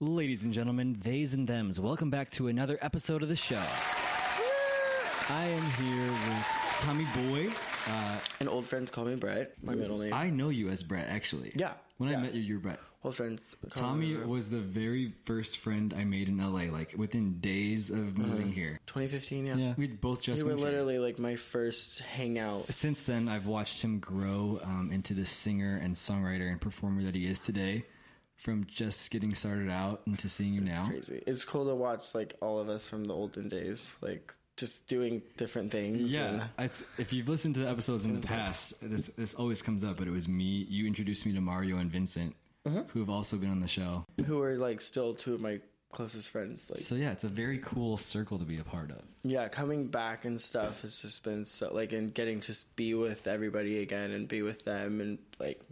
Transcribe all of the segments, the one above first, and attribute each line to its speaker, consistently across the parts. Speaker 1: Ladies and gentlemen, theys and thems, welcome back to another episode of the show. I am here with Tommy Boy.
Speaker 2: And old friends call me Brett, my middle name.
Speaker 1: I know you as Brett, actually.
Speaker 2: Yeah,
Speaker 1: When I
Speaker 2: yeah. Uh,
Speaker 1: met you, you were Brett.
Speaker 2: old friends. Call
Speaker 1: Tommy
Speaker 2: me
Speaker 1: was the very first friend I made in LA, like within days of moving here.
Speaker 2: 2015. Uh-huh. Yeah,
Speaker 1: Yeah, we'd both just
Speaker 2: you were
Speaker 1: moved here.
Speaker 2: literally like my first hangout.
Speaker 1: Since then, I've watched him grow um, into the singer and songwriter and performer that he is today. From just getting started out into seeing you now.
Speaker 2: Crazy. It's cool to watch like all of us from the olden days, like just doing different things.
Speaker 1: Yeah, it's, if you've listened to the episodes in the past, this this always comes up. But it was me. You introduced me to Mario and Vincent, who have also been on the show.
Speaker 2: and who are like still two of my closest friends. Like,
Speaker 1: So yeah, it's a very cool circle to be a part of.
Speaker 2: yeah, coming back and stuff has just been so like, and getting to s- be with everybody again and be with them and like.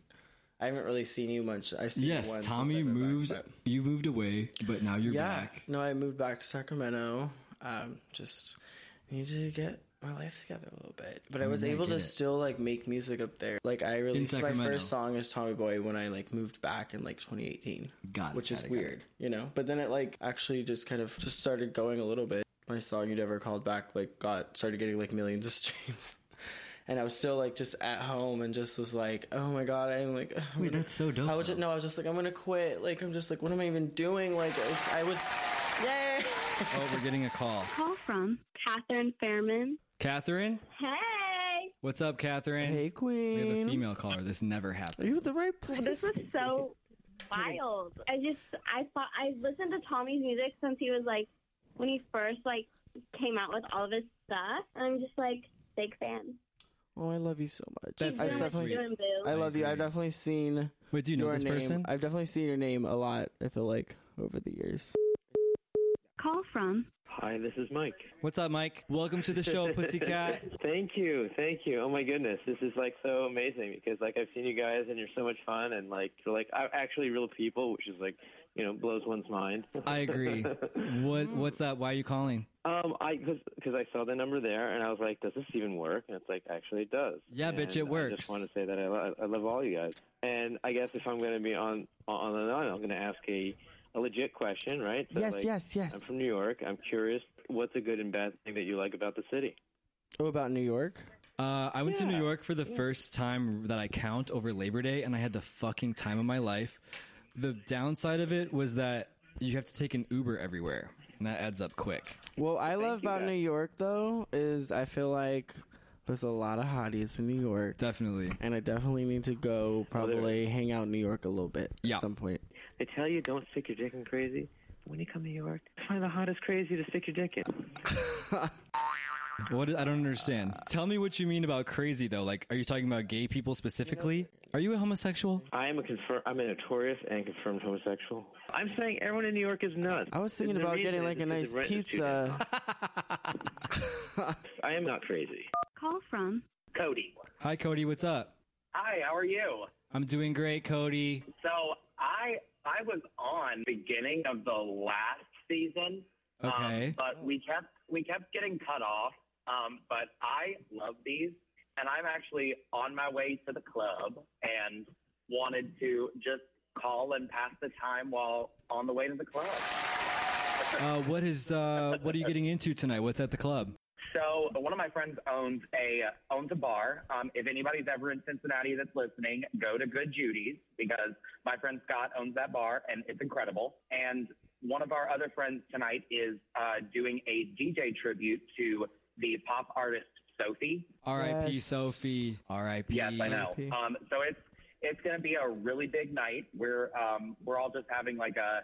Speaker 2: I haven't really seen you much. I seen you
Speaker 1: Yes,
Speaker 2: once
Speaker 1: Tommy
Speaker 2: since I've been back,
Speaker 1: moved.
Speaker 2: but-
Speaker 1: you moved away, but now you're
Speaker 2: Yeah.
Speaker 1: back.
Speaker 2: No, I moved back to Sacramento. Um, just need to get my life together a little bit. But I was
Speaker 1: I
Speaker 2: able
Speaker 1: get
Speaker 2: to
Speaker 1: it.
Speaker 2: still like make music up there. Like I released my
Speaker 1: Sacramento.
Speaker 2: first song as Tommy Boy when I like moved back in like 2018.
Speaker 1: Got it,
Speaker 2: Which
Speaker 1: got
Speaker 2: is
Speaker 1: it, got
Speaker 2: weird, you know. But then it like actually just kind of just started going a little bit. My song you never called back like got started getting like millions of streams. And I was still like just at home and just was like, oh my god, I'm like, I'm
Speaker 1: Wait, that's so dope,
Speaker 2: I was just,
Speaker 1: though.
Speaker 2: no, I was just like, I'm gonna quit. Like, I'm just like, what am I even doing? Like, it's, I was, yay!
Speaker 1: Oh, we're getting a call.
Speaker 3: call from Catherine Fairman.
Speaker 1: Catherine,
Speaker 3: Hey,
Speaker 1: what's up, Catherine?
Speaker 2: queen.
Speaker 1: we have a female caller. This never happened.
Speaker 2: you at the right place.
Speaker 3: this was so wild. I just I thought I listened to Tommy's music since he was like when he first like came out with all of his stuff, and I'm just like big fan.
Speaker 2: Oh, I love you so much.
Speaker 1: That's
Speaker 2: I've
Speaker 1: very
Speaker 2: definitely,
Speaker 1: sweet.
Speaker 3: Doing boo.
Speaker 2: I love you. I've
Speaker 1: agree.
Speaker 2: definitely seen
Speaker 1: Wait, do you know
Speaker 2: your
Speaker 1: this
Speaker 2: name.
Speaker 1: person?
Speaker 2: I've definitely seen your name a lot. I feel like over the years.
Speaker 3: Call from
Speaker 4: Hi, this is Mike.
Speaker 1: What's up, Mike? Welcome to the show, Pussycat.
Speaker 4: Thank you, thank you. Oh my goodness, this is like so amazing because like I've seen you guys and you're so much fun and like you're like a- actually real people, which is like you know blows one's mind.
Speaker 1: I agree. What What's up? Why are you calling?
Speaker 4: um, I because I saw the number there and I was like, does this even work? And it's like actually it does.
Speaker 1: Yeah,
Speaker 4: And
Speaker 1: bitch, it
Speaker 4: I
Speaker 1: works.
Speaker 4: just want to say that I, lo- I love all you guys. And I guess if I'm going to be on on the line, I'm going to ask a a legit question, right? So,
Speaker 2: Yes,
Speaker 4: like,
Speaker 2: yes, yes.
Speaker 4: I'm from New York. I'm curious, what's a good and bad thing that you like about the city?
Speaker 2: Oh, about New York.
Speaker 1: Uh, I went to New York for the first time that I count over Labor Day, and I had the fucking time of my life. The downside of it was that you have to take an Uber everywhere, and that adds up quick.
Speaker 2: What I love
Speaker 4: you,
Speaker 2: about
Speaker 4: guys.
Speaker 2: New York though is I feel like there's a lot of hotties in New York,
Speaker 1: Definitely.
Speaker 2: and I definitely need to go probably hang out in New York a little bit
Speaker 1: Yeah.
Speaker 2: at some point.
Speaker 4: They tell you don't stick your dick in crazy. When you come to New York, find the hottest crazy to stick your dick in.
Speaker 1: What I don't understand. Tell me what you mean about crazy though. Like, are you talking about gay people specifically? Are you a homosexual?
Speaker 4: I am a confirm. I'm a notorious and confirmed homosexual. I'm saying everyone in New York is nuts.
Speaker 2: I was thinking
Speaker 4: There's no
Speaker 2: about getting
Speaker 4: reason.
Speaker 2: like a
Speaker 4: It's
Speaker 2: nice
Speaker 4: rent is too
Speaker 2: pizza.
Speaker 4: damn- I am not crazy.
Speaker 3: call from
Speaker 5: Cody.
Speaker 1: Hi, Cody. What's up?
Speaker 5: Hi, how are you?
Speaker 1: I'm doing great, Cody.
Speaker 5: So I I was on beginning of the last season.
Speaker 1: Okay.
Speaker 5: Um, but we kept we kept getting cut off. Um, but I love these and I'm actually on my way to the club and wanted to just call and pass the time while on the way to the club.
Speaker 1: Uh, what is uh, what are you getting into tonight? What's at the club?
Speaker 5: So uh, one of my friends owns a owns a bar. Um, if anybody's ever in Cincinnati that's listening, go to Good Judy's because my friend Scott owns that bar and it's incredible. And one of our other friends tonight is uh, doing a DJ tribute to the pop artist Sophie.
Speaker 1: R.I.P.
Speaker 2: Yes.
Speaker 1: Sophie. R.I.P.
Speaker 5: Yes, I know.
Speaker 2: R.I.P.
Speaker 5: Um, so it's it's going to be a really big night. We're um, we're all just having like a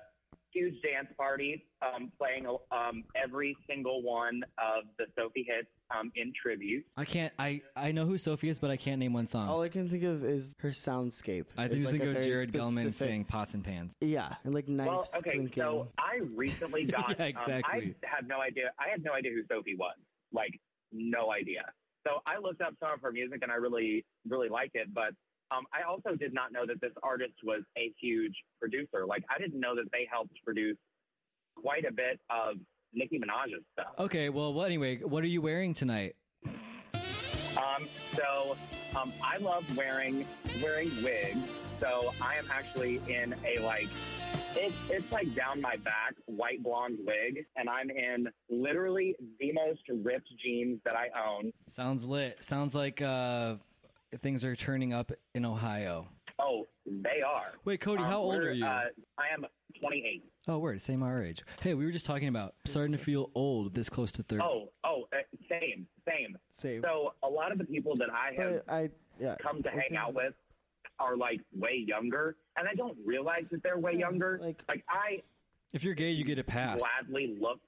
Speaker 5: huge dance party, um, playing um, every single one of the Sophie hits um, in tribute.
Speaker 1: I can't. I I know who Sophie is, but I can't name one song.
Speaker 2: All I can think of is her soundscape.
Speaker 1: Oh. I
Speaker 2: Oh, It's
Speaker 1: think just
Speaker 2: like
Speaker 1: think
Speaker 2: a
Speaker 1: of
Speaker 2: very
Speaker 1: Jared Gelman
Speaker 2: specific-
Speaker 1: saying "Pots and Pans."
Speaker 2: Yeah, and like
Speaker 5: Well,
Speaker 2: knives
Speaker 5: okay,
Speaker 2: clinking.
Speaker 5: so I recently got.
Speaker 1: Yeah,
Speaker 5: um,
Speaker 1: exactly.
Speaker 5: I had no idea. I had no idea who Sophie was. Like, no idea. So I looked up some of her music, and I really, really like it. But um, I also did not know that this artist was a huge producer. Like, I didn't know that they helped produce quite a bit of Nicki Minaj's stuff.
Speaker 1: Okay. Well, well, anyway, what are you wearing tonight?
Speaker 5: Um, so um, I love wearing wearing wigs. So I am actually in a like It's it's like down my back, white blonde wig, and I'm in literally the most ripped jeans that I own.
Speaker 1: Sounds lit. Sounds like uh, things are turning up in Ohio.
Speaker 5: Oh, they are.
Speaker 1: Wait, Cody,
Speaker 5: Um,
Speaker 1: how old
Speaker 5: we're,
Speaker 1: are you?
Speaker 5: Uh, I am 28.
Speaker 1: oh, word, same our age. Hey, we were just talking about starting to feel old this close to 30.
Speaker 5: Oh, oh, uh, same, same.
Speaker 2: Same.
Speaker 5: So a lot of the people that I have
Speaker 2: But I yeah.
Speaker 5: come to
Speaker 2: I
Speaker 5: hang
Speaker 2: think-
Speaker 5: out with are like way younger, and I don't realize that they're way
Speaker 2: Yeah,
Speaker 5: younger.
Speaker 2: like-
Speaker 5: like I
Speaker 1: If you're gay, you get a pass.
Speaker 5: gladly look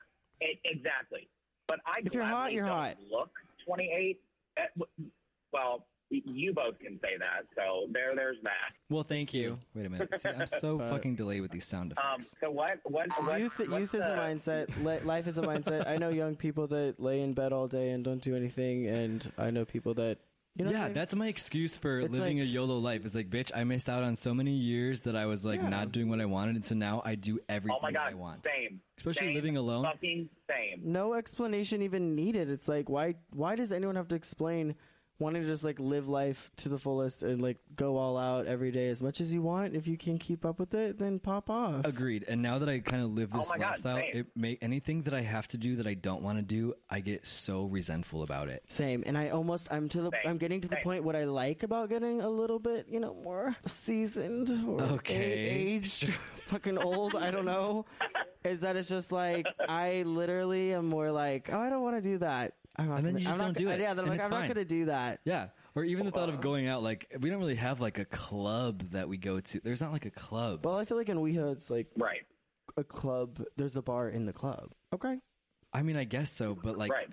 Speaker 5: e- exactly. But I
Speaker 2: If you're hot,
Speaker 5: gladly
Speaker 2: you're
Speaker 5: don't
Speaker 2: hot.
Speaker 5: Look 28. Eh, w- Well, y- you both can say that. So there, there's that.
Speaker 1: Well, thank you. Wait a minute. See, I'm so
Speaker 2: But-
Speaker 1: fucking delayed with these sound
Speaker 5: Um,
Speaker 1: effects.
Speaker 5: so what? What? what
Speaker 2: Youth,
Speaker 5: what's
Speaker 2: youth is a
Speaker 5: the-
Speaker 2: mindset. Li- life is a mindset. I know young people that lay in bed all day and don't do anything, and I know people that you know. what I
Speaker 1: yeah,
Speaker 2: mean?
Speaker 1: that's my excuse for
Speaker 2: It's
Speaker 1: living
Speaker 2: like-
Speaker 1: a YOLO life. It's like, bitch, I missed out on so many years that I was like
Speaker 2: Yeah.
Speaker 1: not doing what I wanted, and so now I do everything
Speaker 5: Oh my
Speaker 1: that
Speaker 5: god!
Speaker 1: I want.
Speaker 5: Same.
Speaker 1: Especially
Speaker 5: Same.
Speaker 1: living alone.
Speaker 5: Fucking same.
Speaker 2: no explanation even needed. It's like why why does anyone have to explain wanting to just like live life to the fullest and like go all out every day as much as you want? If you can keep up with it, then pop off.
Speaker 1: Agreed. And now that I kind of live
Speaker 5: Oh
Speaker 1: this
Speaker 5: my God,
Speaker 1: lifestyle,
Speaker 5: same.
Speaker 1: it may anything that I have to do that I don't want to do, I get so resentful about it.
Speaker 2: Same, and I almost I'm to the
Speaker 5: Same.
Speaker 2: I'm getting to the
Speaker 5: Same.
Speaker 2: point what I like about getting a little bit you know more seasoned or
Speaker 1: Okay.
Speaker 2: a- aged, fucking old. I don't know. Is that it's just like I literally am more like oh I don't want to do that. I'm not
Speaker 1: And then
Speaker 2: gonna,
Speaker 1: you just
Speaker 2: I'm not
Speaker 1: don't
Speaker 2: go-
Speaker 1: do it,
Speaker 2: Yeah, then
Speaker 1: and
Speaker 2: I'm like
Speaker 1: it's
Speaker 2: I'm
Speaker 1: fine.
Speaker 2: not gonna do that.
Speaker 1: Yeah. Or even the thought of going out, like we don't really have like a club that we go to. There's not like a club.
Speaker 2: Well, I feel like in WeHo it's like
Speaker 5: Right.
Speaker 2: a club. There's a bar in the club. Okay.
Speaker 1: I mean, I guess so, but like,
Speaker 5: Right.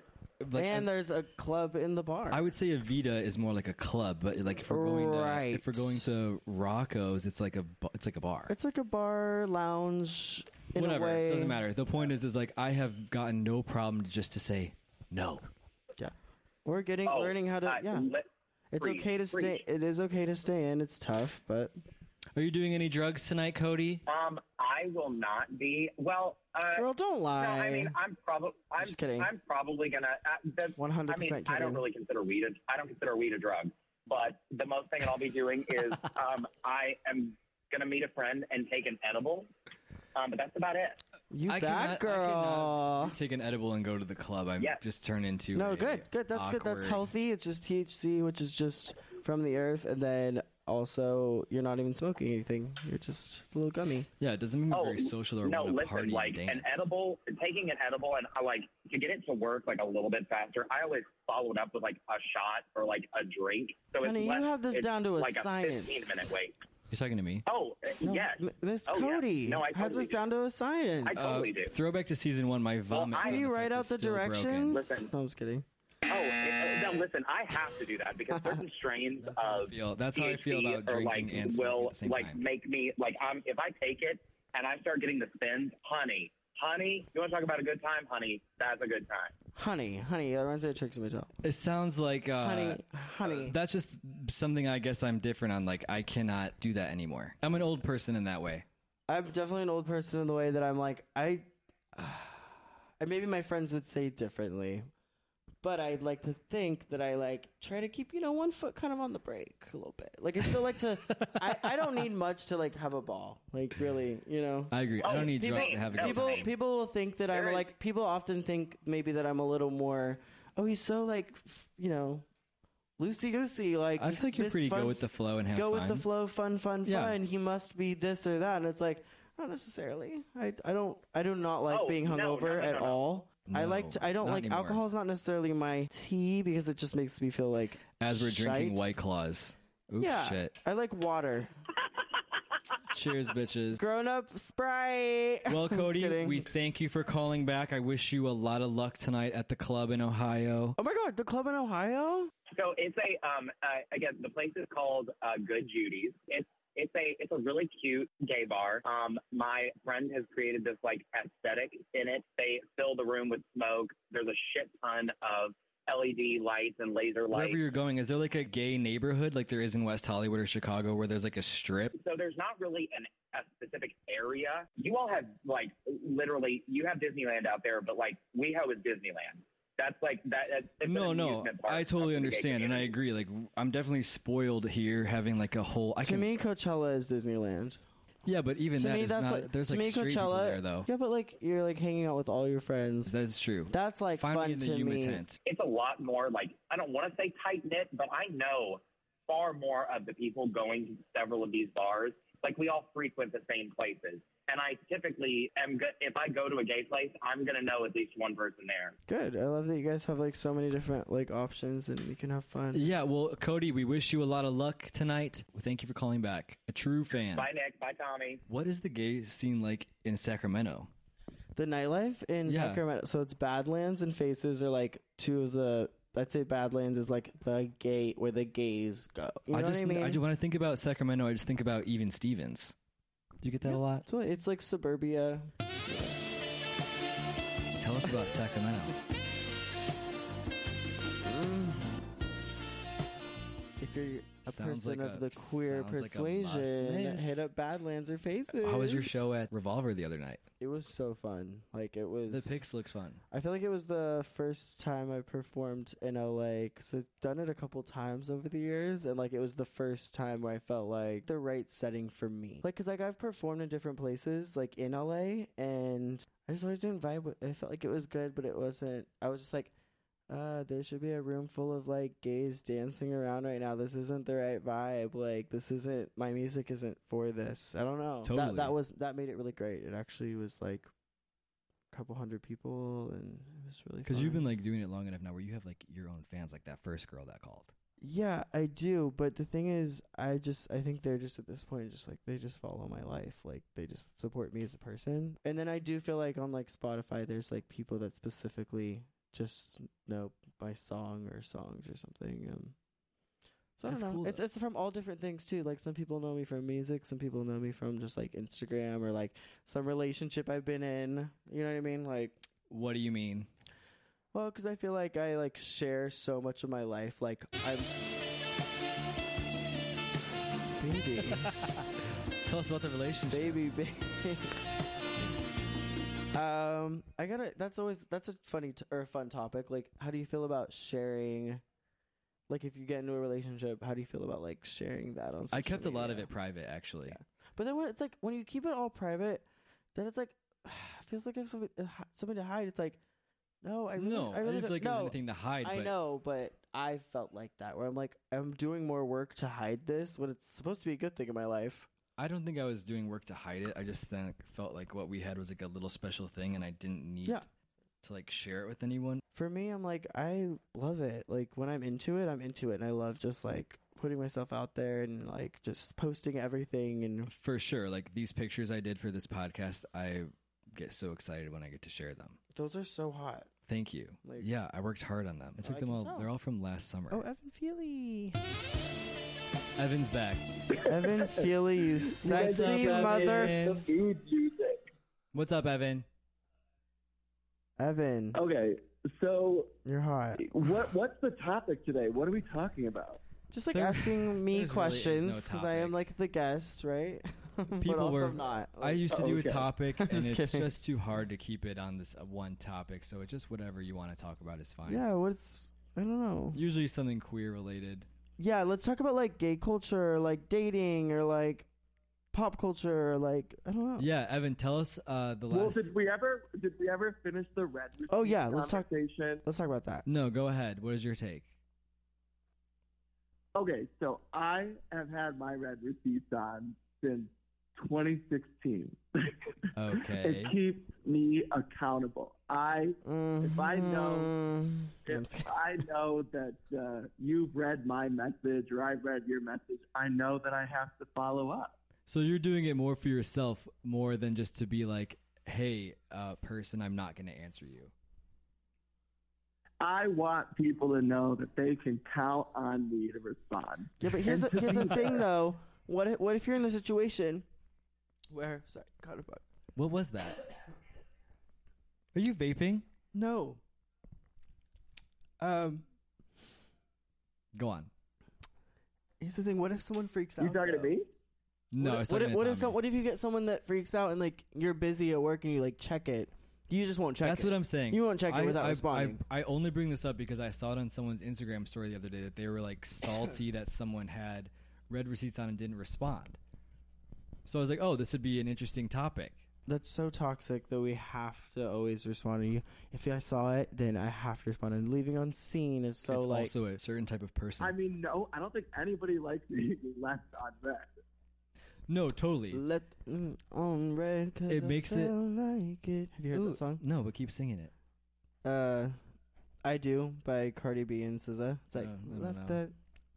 Speaker 1: like
Speaker 2: and there's a club in the bar.
Speaker 1: I would say Avita is more like a club, but like if we're going to if we're
Speaker 2: Right.
Speaker 1: going to Rocco's, it's like a bu- it's like a bar.
Speaker 2: it's like a bar lounge. In
Speaker 1: Whatever,
Speaker 2: A way.
Speaker 1: doesn't matter. The point is, is like I have gotten no problem just to say no.
Speaker 2: Yeah. We're getting
Speaker 5: Oh,
Speaker 2: learning how to.
Speaker 5: uh,
Speaker 2: yeah.
Speaker 5: li-
Speaker 2: It's
Speaker 5: Preach,
Speaker 2: okay to stay.
Speaker 5: preach.
Speaker 2: It is okay to stay in. It's tough, but
Speaker 1: Are you doing any drugs tonight, Cody?
Speaker 5: Um, I will not be. Well, uh,
Speaker 2: girl, don't lie.
Speaker 5: No, I mean I'm probably I'm
Speaker 2: Just kidding.
Speaker 5: I'm probably gonna. Uh, the,
Speaker 2: 100%
Speaker 5: I mean, I
Speaker 2: kidding.
Speaker 5: don't really consider weed. A, I don't consider weed a drug. But the most thing that I'll be doing is um, I am gonna meet a friend and take an edible. Um, but that's about it.
Speaker 2: you
Speaker 1: I
Speaker 2: bad
Speaker 1: cannot- I cannot
Speaker 2: girl.
Speaker 1: Take an edible and go to the club. I
Speaker 5: Yeah.
Speaker 1: just turn into
Speaker 2: No,
Speaker 1: a
Speaker 2: good, good. That's good. That's
Speaker 1: awkward-
Speaker 2: healthy. It's just THC, which is just from the earth, and then also you're not even smoking anything. You're just it's a little gummy.
Speaker 1: Yeah, it doesn't mean we're very social or
Speaker 5: Oh, no,
Speaker 1: want to
Speaker 5: listen,
Speaker 1: party
Speaker 5: like
Speaker 1: and
Speaker 5: an
Speaker 1: dance.
Speaker 5: edible, taking an edible, and I like to get it to work like a little bit faster. I always follow it up with like a shot or like a drink. So
Speaker 2: Honey,
Speaker 5: it's
Speaker 2: you
Speaker 5: less,
Speaker 2: have this
Speaker 5: it's
Speaker 2: down to a
Speaker 5: like
Speaker 2: science.
Speaker 5: a fifteen minute wait.
Speaker 1: You're talking to me.
Speaker 5: Oh uh,
Speaker 2: No,
Speaker 5: yes,
Speaker 2: M- Miss
Speaker 5: Oh, yeah.
Speaker 2: Cody
Speaker 5: No, I
Speaker 2: has
Speaker 5: totally
Speaker 2: this
Speaker 5: do.
Speaker 2: down to a science.
Speaker 5: I totally do.
Speaker 1: Uh, Throwback to season one. My vomit.
Speaker 5: I-
Speaker 1: sound
Speaker 2: Can you
Speaker 1: effect
Speaker 2: write
Speaker 1: is
Speaker 2: out the
Speaker 1: still broken.
Speaker 2: directions?
Speaker 5: Listen.
Speaker 2: No, I'm just kidding.
Speaker 5: Oh, it, uh, now listen, I have to do that because certain strains
Speaker 1: That's how I
Speaker 5: of
Speaker 1: feel. That's how I feel
Speaker 5: THC
Speaker 1: about
Speaker 5: are,
Speaker 1: drinking
Speaker 5: like
Speaker 1: and smoking
Speaker 5: will
Speaker 1: at the same
Speaker 5: like
Speaker 1: time.
Speaker 5: make me like I'm if I take it and I start getting the spins, honey, honey, you want to talk about a good time, honey? That's a good time.
Speaker 2: Honey, honey, that reminds me of Trixie Mattel.
Speaker 1: It sounds like uh,
Speaker 2: Honey, honey.
Speaker 1: That's just something I guess I'm different on. Like I cannot do that anymore. I'm an old person in that way.
Speaker 2: I'm definitely an old person in the way that I'm like I, uh, and maybe my friends would say differently, but I'd like to think that I like try to keep you know one foot kind of on the brake a little bit. Like I still like to. I, I don't need much to like have a ball. Like really, you know.
Speaker 1: I agree. I
Speaker 5: Oh,
Speaker 1: don't need
Speaker 5: people-
Speaker 1: drugs to have a good
Speaker 5: no,
Speaker 2: people
Speaker 1: time.
Speaker 2: people will think that
Speaker 5: Very-
Speaker 2: I'm like people often think maybe that I'm a little more. Oh, he's so like f- you know, loosey goosey. Like
Speaker 1: I
Speaker 2: just
Speaker 1: feel like you're
Speaker 2: this
Speaker 1: pretty
Speaker 2: fun
Speaker 1: go with the flow and have
Speaker 2: go
Speaker 1: fun.
Speaker 2: with the flow, fun, fun,
Speaker 1: Yeah.
Speaker 2: fun. He must be this or that. And it's like, not necessarily. I, I don't I do not like
Speaker 5: Oh,
Speaker 2: being
Speaker 5: no, no,
Speaker 2: hungover
Speaker 5: no,
Speaker 2: at
Speaker 5: no.
Speaker 2: all. I
Speaker 1: No,
Speaker 2: like to, I don't
Speaker 1: not
Speaker 2: like
Speaker 1: anymore.
Speaker 2: alcohol is not necessarily my tea because it just makes me feel like
Speaker 1: As we're drinking
Speaker 2: shite.
Speaker 1: White Claws. Oops,
Speaker 2: Yeah,
Speaker 1: shit.
Speaker 2: I like water.
Speaker 1: Cheers, bitches.
Speaker 2: Grown up Sprite.
Speaker 1: Well,
Speaker 2: I'm just
Speaker 1: Cody,
Speaker 2: kidding.
Speaker 1: we thank you for calling back. I wish you a lot of luck tonight at the club in Ohio.
Speaker 2: oh my god, the club in Ohio.
Speaker 5: So it's a um uh, again the place is called uh, Good Judy's. It's it's a it's a really cute gay bar. Um, my friend has created this like aesthetic in it. They fill the room with smoke. There's a shit ton of LED lights and laser lights.
Speaker 1: Wherever you're going, is there like a gay neighborhood like there is in West Hollywood or Chicago where there's like a strip?
Speaker 5: so there's not really an, a specific area. You all have like literally you have Disneyland out there, but like WeHo is Disneyland. That's like that. That's, it's an
Speaker 1: no, no,
Speaker 5: amusement park
Speaker 1: I totally
Speaker 5: for the gay
Speaker 1: understand, and I
Speaker 5: community.
Speaker 1: agree. Like, I'm definitely spoiled here having like a whole. I
Speaker 2: To
Speaker 1: can
Speaker 2: me, Coachella is Disneyland.
Speaker 1: Yeah, but even
Speaker 2: to
Speaker 1: that
Speaker 2: me,
Speaker 1: is
Speaker 2: that's
Speaker 1: not.
Speaker 2: like
Speaker 1: there's
Speaker 2: to
Speaker 1: like
Speaker 2: me
Speaker 1: straight people
Speaker 2: Coachella.
Speaker 1: there though.
Speaker 2: Yeah, but like you're like hanging out with all your friends.
Speaker 1: That is true.
Speaker 2: That's like
Speaker 1: Find
Speaker 2: fun
Speaker 1: me in the
Speaker 2: to
Speaker 1: Yuma
Speaker 2: me.
Speaker 1: tent.
Speaker 5: it's a lot more like I don't want to say tight knit, but I know far more of the people going to several of these bars. Like we all frequent the same places, and I typically am. Go- if I go to a gay place, I'm gonna know at least one person there.
Speaker 2: Good. I love that you guys have like so many different like options and you can have fun.
Speaker 1: Yeah, well, Cody, we wish you a lot of luck tonight. Thank you for calling back. A true fan.
Speaker 5: Bye, Nick. Bye, Tommy.
Speaker 1: What is the gay scene like in Sacramento?
Speaker 2: The nightlife in
Speaker 1: Yeah.
Speaker 2: Sacramento. So it's Badlands and Faces are like two of the. I'd say Badlands is like the gate where the gays go. You know
Speaker 1: I just
Speaker 2: what I mean?
Speaker 1: when I think about Sacramento, I just think about even Stevens. Do you get that a lot?
Speaker 2: so it's like suburbia.
Speaker 1: Tell us about Sacramento.
Speaker 2: If you're a
Speaker 1: Sounds
Speaker 2: person
Speaker 1: like
Speaker 2: of
Speaker 1: a-
Speaker 2: the queer
Speaker 1: sounds like a
Speaker 2: persuasion,
Speaker 1: must-miss.
Speaker 2: hit up Badlands or Faces.
Speaker 1: How was your show at Revolver the other night?
Speaker 2: It was so fun. Like it was.
Speaker 1: The pics looked fun.
Speaker 2: I feel like it was the first time I performed in LA because I've done it a couple times over the years, and like it was the first time where I felt like the right setting for me. Like, cause like I've performed in different places, like in LA, and I just always didn't vibe. With, I felt like it was good, but it wasn't. I was just like, uh, there should be a room full of like gays dancing around right now. This isn't the right vibe. Like, this isn't my music. Isn't for this. I don't know. That
Speaker 1: Totally.
Speaker 2: that was that made it really great. It actually was like couple hundred people, and it was really
Speaker 1: Because you've
Speaker 2: fun.
Speaker 1: been like doing it long enough now, where you have like your own fans, like that first girl that called.
Speaker 2: yeah, I do. But the thing is, I just I think they're just at this point just like they just follow my life, like they just support me as a person. And then I do feel like on like Spotify, there's like people that specifically just know my song or songs or something. Um, so I don't
Speaker 1: That's
Speaker 2: know.
Speaker 1: cool,
Speaker 2: it's
Speaker 1: though.
Speaker 2: it's from all different things too. Like some people know me from music, some people know me from just like Instagram or like some relationship I've been in. You know what I mean? Like
Speaker 1: What do you mean?
Speaker 2: Well, because I feel like I like share so much of my life. Like I'm. Baby,
Speaker 1: Tell us about the relationship.
Speaker 2: baby, baby. Um, I gotta. That's always that's a funny t- or a fun topic. Like, how do you feel about sharing? Like, if you get into a relationship, how do you feel about like sharing that on?
Speaker 1: I
Speaker 2: social
Speaker 1: kept a lot of
Speaker 2: media?
Speaker 1: it private, actually.
Speaker 2: But then when it's like when you keep it all private, then it's like feels like I have something, something to hide. It's like, no, I really,
Speaker 1: no,
Speaker 2: I
Speaker 1: didn't
Speaker 2: really don't-
Speaker 1: feel like
Speaker 2: no,
Speaker 1: there was anything to hide.
Speaker 2: I
Speaker 1: but
Speaker 2: know, but I felt like that where I'm like, I'm doing more work to hide this when it's supposed to be a good thing in my life.
Speaker 1: I don't think I was doing work to hide it. I just then felt like what we had was like a little special thing, and I didn't need
Speaker 2: Yeah.
Speaker 1: to like share it with anyone.
Speaker 2: For me, I'm like, I love it. Like when I'm into it, I'm into it, and I love just like putting myself out there and like just posting everything. And
Speaker 1: For sure, like these pictures I did for this podcast, I get so excited when I get to share them.
Speaker 2: those are so hot.
Speaker 1: Thank you.
Speaker 2: Like-
Speaker 1: yeah, I worked hard on them. I took
Speaker 2: I
Speaker 1: them
Speaker 2: can
Speaker 1: all.
Speaker 2: tell.
Speaker 1: They're all from last summer.
Speaker 2: Oh, Evan Feely,
Speaker 1: Evan's back.
Speaker 2: Evan Feely, you sexy
Speaker 1: up,
Speaker 2: mother.
Speaker 1: Evan?
Speaker 2: f-
Speaker 4: Food music.
Speaker 1: What's up, Evan?
Speaker 2: Evan,
Speaker 4: Okay, so
Speaker 2: you're hot.
Speaker 4: what what's the topic today? What are we talking about?
Speaker 2: Just like
Speaker 1: There-
Speaker 2: asking me
Speaker 1: there's really is no
Speaker 2: questions because I am
Speaker 1: topic.
Speaker 2: like the guest, right? but
Speaker 1: People
Speaker 2: also
Speaker 1: were.
Speaker 2: not.
Speaker 1: I
Speaker 2: Like-
Speaker 1: used to
Speaker 4: Oh,
Speaker 1: do
Speaker 4: okay.
Speaker 1: a topic,
Speaker 2: I'm
Speaker 1: and it's
Speaker 2: just kidding.
Speaker 1: just too hard to keep it on this uh, one topic. So it's just whatever you want to talk about is fine.
Speaker 2: oh, Yeah, what's I don't know.
Speaker 1: Usually something queer related.
Speaker 2: Yeah, let's talk about like gay culture, or, like dating, or like pop culture, or, like I don't know.
Speaker 1: Yeah, Evan, tell us uh, the
Speaker 4: Well,
Speaker 1: last.
Speaker 4: did we ever did we ever finish the red?
Speaker 2: Oh,
Speaker 4: receipt
Speaker 2: yeah, let's talk-
Speaker 4: conversation?
Speaker 2: Let's talk about that.
Speaker 1: No, go ahead. What is your take?
Speaker 4: Okay, so I have had my red receipts on since 2016.
Speaker 1: Okay.
Speaker 4: it keeps me accountable. I If I know-
Speaker 2: Mhm. I'm
Speaker 4: if
Speaker 2: just kidding.
Speaker 4: I know that uh, you've read my message or I've read your message, I know that I have to follow up.
Speaker 1: So you're doing it more for yourself, more than just to be like, "Hey, uh, person, I'm not going to answer you."
Speaker 4: I want people to know that they can count on me to respond.
Speaker 2: Yeah, but here's the, here's the thing though. What if, what if you're in the situation where sorry, caught a bug.
Speaker 1: What was that? Are you vaping?
Speaker 2: No. Um,
Speaker 1: Go on.
Speaker 2: here's the thing. What if someone freaks out?
Speaker 4: You talking to
Speaker 2: though?
Speaker 4: me?
Speaker 1: No,
Speaker 2: What
Speaker 1: I
Speaker 2: if,
Speaker 1: was talking
Speaker 2: what, if,
Speaker 1: to
Speaker 2: what if
Speaker 1: Tommy.
Speaker 2: some? What if you get someone that freaks out and like you're busy at work and you like check it? You just won't check.
Speaker 1: That's
Speaker 2: it.
Speaker 1: what I'm saying.
Speaker 2: You won't check it
Speaker 1: I-
Speaker 2: without
Speaker 1: I,
Speaker 2: responding.
Speaker 1: I, I only bring this up because I saw it on someone's Instagram story the other day that they were like salty that someone had red receipts on and didn't respond. So I was like, oh, this would be an interesting topic.
Speaker 2: That's so toxic that we have to always respond to you. If I saw it, then I have to respond. And leaving unseen is so
Speaker 1: it's
Speaker 2: like
Speaker 1: also a certain type of person.
Speaker 6: I mean, no, I don't think anybody likes being left unread.
Speaker 1: no, totally.
Speaker 2: let mm, on red. 'cause
Speaker 1: It
Speaker 2: I
Speaker 1: makes it-
Speaker 2: feel like it. Have you heard
Speaker 1: Ooh,
Speaker 2: that song?
Speaker 1: No, but keep singing it.
Speaker 2: Uh, I do by Cardi B and SZA. It's like
Speaker 1: Oh, I don't
Speaker 2: left
Speaker 1: know.
Speaker 2: that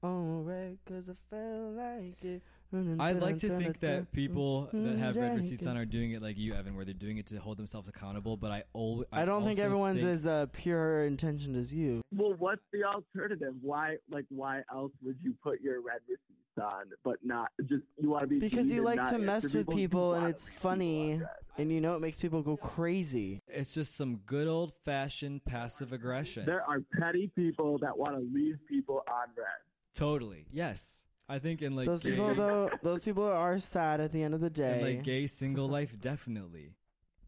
Speaker 2: on red because I felt like it.
Speaker 1: I like to think that people that have red receipts on are doing it like you, Evan, where they're doing it to hold themselves accountable. But I always
Speaker 2: I don't think everyone's
Speaker 1: as
Speaker 2: as uh, pure intentioned as you.
Speaker 6: Well, what's the alternative? Why, like, why else would you put your red receipts on, but not just you want to be
Speaker 2: Because you
Speaker 6: mean and
Speaker 2: like
Speaker 6: not
Speaker 2: to
Speaker 6: answer
Speaker 2: mess with
Speaker 6: You
Speaker 2: people and
Speaker 6: wanna
Speaker 2: it's
Speaker 6: make people
Speaker 2: funny
Speaker 6: unread.
Speaker 2: and you know it makes people go crazy.
Speaker 1: It's just some good old fashioned passive aggression.
Speaker 6: There are petty people that want to leave people on red.
Speaker 1: totally. Yes. I think in like
Speaker 2: those
Speaker 1: gay,
Speaker 2: people though those people are sad at the end of the
Speaker 1: in
Speaker 2: day.
Speaker 1: like gay single life, definitely.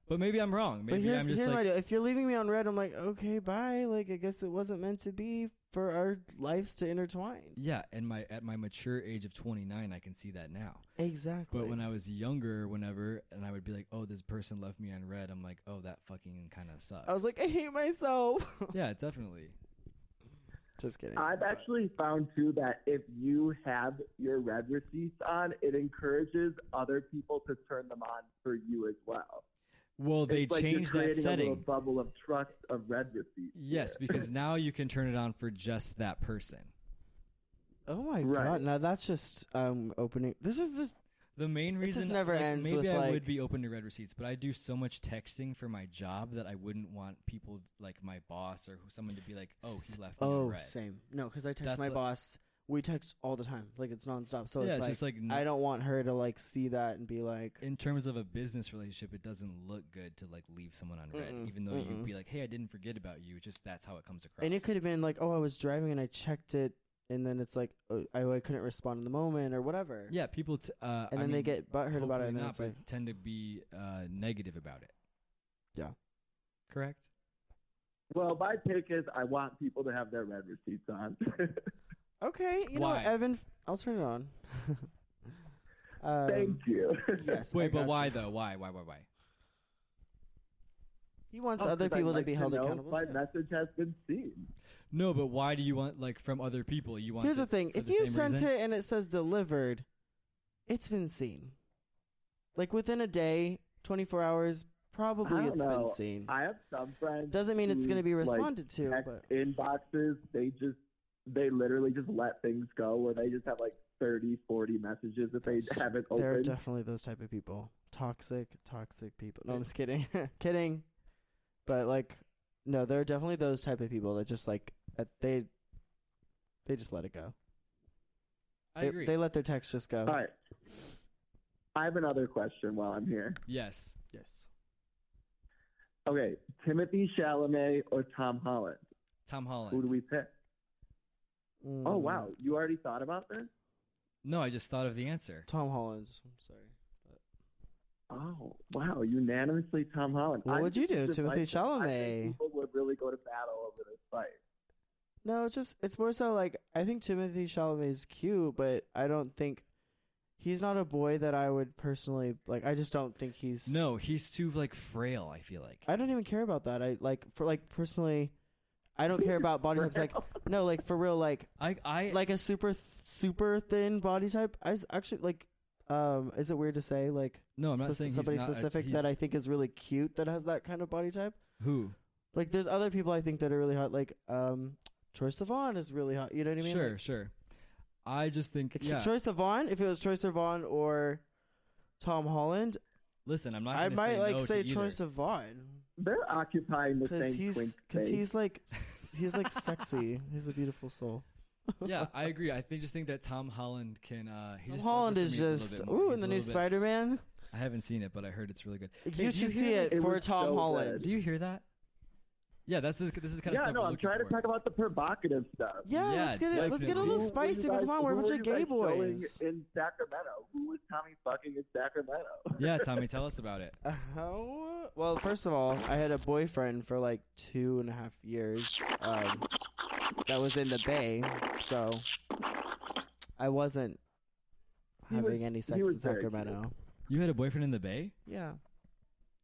Speaker 1: But maybe I'm wrong.
Speaker 2: but
Speaker 1: Maybe
Speaker 2: here's,
Speaker 1: I'm
Speaker 2: here's
Speaker 1: just
Speaker 2: what I
Speaker 1: like
Speaker 2: do. If you're leaving me on red, I'm like, okay, bye. Like, I guess it wasn't meant to be for our lives to intertwine.
Speaker 1: yeah. And my at my mature age of 29, I can see that now.
Speaker 2: Exactly.
Speaker 1: But when I was younger, whenever, and I would be like, "Oh, this person left me on red," I'm like, "Oh, that fucking kind of sucks."
Speaker 2: I was like, I hate myself.
Speaker 1: "Yeah, definitely."
Speaker 2: Just kidding.
Speaker 6: I've actually found too that if you have your red receipts on, it encourages other people to turn them on for you as well.
Speaker 1: Well, they
Speaker 6: It's like you're
Speaker 1: changed that
Speaker 6: creating A
Speaker 1: setting.
Speaker 6: little bubble of trust of red receipts.
Speaker 1: Yes,
Speaker 6: here.
Speaker 1: because now you can turn it on for just that person.
Speaker 2: oh my
Speaker 6: Right.
Speaker 2: god! Now that's just um opening. This is just
Speaker 1: The main
Speaker 2: just
Speaker 1: reason
Speaker 2: never
Speaker 1: like,
Speaker 2: ends
Speaker 1: maybe
Speaker 2: with,
Speaker 1: I
Speaker 2: like-
Speaker 1: would be open to red receipts, but I do so much texting for my job that I wouldn't want people like my boss or who- someone to be like, "Oh, he left me on
Speaker 2: oh
Speaker 1: red."
Speaker 2: same. No, because I text
Speaker 1: That's
Speaker 2: my
Speaker 1: like-
Speaker 2: boss. We text all the time. Like it's nonstop. So
Speaker 1: yeah,
Speaker 2: it's,
Speaker 1: it's
Speaker 2: like,
Speaker 1: just like n-
Speaker 2: I don't want her to like see that and be like,
Speaker 1: in terms of a business relationship, it doesn't look good to like leave someone on red,
Speaker 2: Mm-mm,
Speaker 1: even though
Speaker 2: mm-mm.
Speaker 1: you'd be like, "Hey, I didn't forget about you." It's just that's how it comes across.
Speaker 2: and it could have been like, oh, I was driving and I checked it, and then it's like, oh, I, I couldn't respond in the moment or whatever.
Speaker 1: yeah, people. T- uh,
Speaker 2: And
Speaker 1: I
Speaker 2: then they
Speaker 1: mean,
Speaker 2: get butthurt about
Speaker 1: hopefully
Speaker 2: it, and then
Speaker 1: not,
Speaker 2: it's
Speaker 1: but
Speaker 2: like,
Speaker 1: tend to be uh, negative about it.
Speaker 2: Yeah.
Speaker 1: correct.
Speaker 6: Well, my pick is I want people to have their red receipts on.
Speaker 2: okay, you know, what,
Speaker 1: Why?
Speaker 2: Evan, I'll turn it on. um,
Speaker 6: Thank you.
Speaker 2: Yes. I
Speaker 1: Wait, but
Speaker 2: got
Speaker 1: why
Speaker 2: you.
Speaker 1: though? Why? Why? Why? Why?
Speaker 2: He wants
Speaker 6: Oh,
Speaker 2: other
Speaker 6: 'cause I'd
Speaker 2: people
Speaker 6: like
Speaker 2: to be held
Speaker 6: know if
Speaker 2: accountable.
Speaker 6: My
Speaker 2: too.
Speaker 6: message has been seen.
Speaker 1: No, but why do you want like from other people? You want
Speaker 2: Here's
Speaker 1: it
Speaker 2: the thing:
Speaker 1: for
Speaker 2: if
Speaker 1: the
Speaker 2: you
Speaker 1: same
Speaker 2: sent
Speaker 1: reason?
Speaker 2: it and it says delivered, it's been seen. Like within a day, 24 hours,
Speaker 6: I
Speaker 2: probably
Speaker 6: don't
Speaker 2: it's
Speaker 6: know.
Speaker 2: been seen.
Speaker 6: I have some friends.
Speaker 2: Doesn't mean it's
Speaker 6: who,
Speaker 2: going to be
Speaker 6: like,
Speaker 2: responded to,
Speaker 6: text
Speaker 2: but
Speaker 6: inboxes, they just, they literally just let things go where they just have like 30, 40 messages that they
Speaker 2: That's-
Speaker 6: haven't
Speaker 2: there are
Speaker 6: opened.
Speaker 2: definitely those type of people. Toxic, toxic people. No, I'm just kidding, kidding. But like, no, there are definitely those type of people that just like uh, they, they just let it go.
Speaker 1: I
Speaker 2: They,
Speaker 1: agree.
Speaker 2: they let their text just go.
Speaker 6: All right. I have another question while I'm here.
Speaker 1: yes.
Speaker 2: Yes.
Speaker 6: Okay, Timothy Chalamet or Tom Holland?
Speaker 1: Tom Holland.
Speaker 6: Who do we pick?
Speaker 2: Mm.
Speaker 6: Oh, wow. You already thought about this?
Speaker 1: No, I just thought of the answer.
Speaker 2: Tom Holland. I'm sorry.
Speaker 6: Oh, wow. Unanimously Tom Holland.
Speaker 2: What
Speaker 6: I'm
Speaker 2: would you
Speaker 6: just
Speaker 2: do, Timothy
Speaker 6: delighted. I think
Speaker 2: Chalamet?
Speaker 6: People would really go to battle over this fight.
Speaker 2: No, it's just it's more so like I think Timothy Chalamet is cute, but I don't think he's not a boy that I would personally like. I just don't think he's.
Speaker 1: No, he's too like frail. I feel like.
Speaker 2: I don't even care about that. I like for like personally, I don't care about body types. Like no, like for real, like
Speaker 1: I I
Speaker 2: like a super th- super thin body type. I s- actually like. Um, is it weird to say like
Speaker 1: no. I'm not
Speaker 2: spec-
Speaker 1: saying he's
Speaker 2: somebody
Speaker 1: not a-
Speaker 2: specific
Speaker 1: he's-
Speaker 2: that I think is really cute that has that kind of body type?
Speaker 1: who
Speaker 2: Like, there's other people I think that are really hot. Like, um, Troy Sivan is really hot. You know what I mean?
Speaker 1: sure
Speaker 2: Like,
Speaker 1: sure. I just think
Speaker 2: Like,
Speaker 1: yeah.
Speaker 2: Troy Sivan, if it was Troy Sivan or Tom Holland,
Speaker 1: Listen, I'm not.
Speaker 2: I
Speaker 1: gonna
Speaker 2: might
Speaker 1: say
Speaker 2: like
Speaker 1: no to
Speaker 2: say
Speaker 1: either.
Speaker 2: Troy Sivan
Speaker 6: They're occupying the
Speaker 2: because
Speaker 6: same twin
Speaker 2: he's because
Speaker 6: space.
Speaker 2: he's like he's like sexy. He's a beautiful soul.
Speaker 1: yeah, I agree. I think just think that Tom Holland can. Uh, he
Speaker 2: Tom
Speaker 1: just does it for me a
Speaker 2: Holland is
Speaker 1: little
Speaker 2: just
Speaker 1: bit more.
Speaker 2: ooh
Speaker 1: He's
Speaker 2: in the
Speaker 1: a
Speaker 2: new
Speaker 1: little bit-
Speaker 2: Spider Man.
Speaker 1: I haven't seen it, but I heard it's really good. Hey, do
Speaker 2: You should
Speaker 1: hear
Speaker 2: see
Speaker 1: that?
Speaker 2: it,
Speaker 6: It
Speaker 2: for
Speaker 6: was
Speaker 2: Tom
Speaker 6: so
Speaker 2: Holland.
Speaker 6: good.
Speaker 1: Do you hear that? Yeah, that's this. This is kind of
Speaker 6: yeah,
Speaker 1: stuff
Speaker 6: no,
Speaker 1: we're
Speaker 6: I'm
Speaker 1: looking
Speaker 6: trying to
Speaker 1: for.
Speaker 6: talk about the provocative stuff.
Speaker 2: Yeah,
Speaker 1: Yeah,
Speaker 2: let's get it. Let's get a little
Speaker 1: definitely.
Speaker 2: spicy.
Speaker 6: Who were
Speaker 2: But
Speaker 6: you
Speaker 2: come on,
Speaker 6: guys-
Speaker 2: we're a
Speaker 6: who
Speaker 2: bunch
Speaker 6: were
Speaker 2: of
Speaker 6: you
Speaker 2: gay
Speaker 6: guys showing
Speaker 2: boys.
Speaker 6: in Sacramento. Who was Tommy fucking in Sacramento?
Speaker 1: yeah, Tommy, tell us about it.
Speaker 2: Oh, well, first of all, I had a boyfriend for like two and a half years um, that was in the Bay, so I wasn't
Speaker 6: He was-
Speaker 2: having any sex
Speaker 6: was
Speaker 2: in
Speaker 6: very
Speaker 2: Sacramento.
Speaker 1: You had a boyfriend in the Bay?
Speaker 2: Yeah,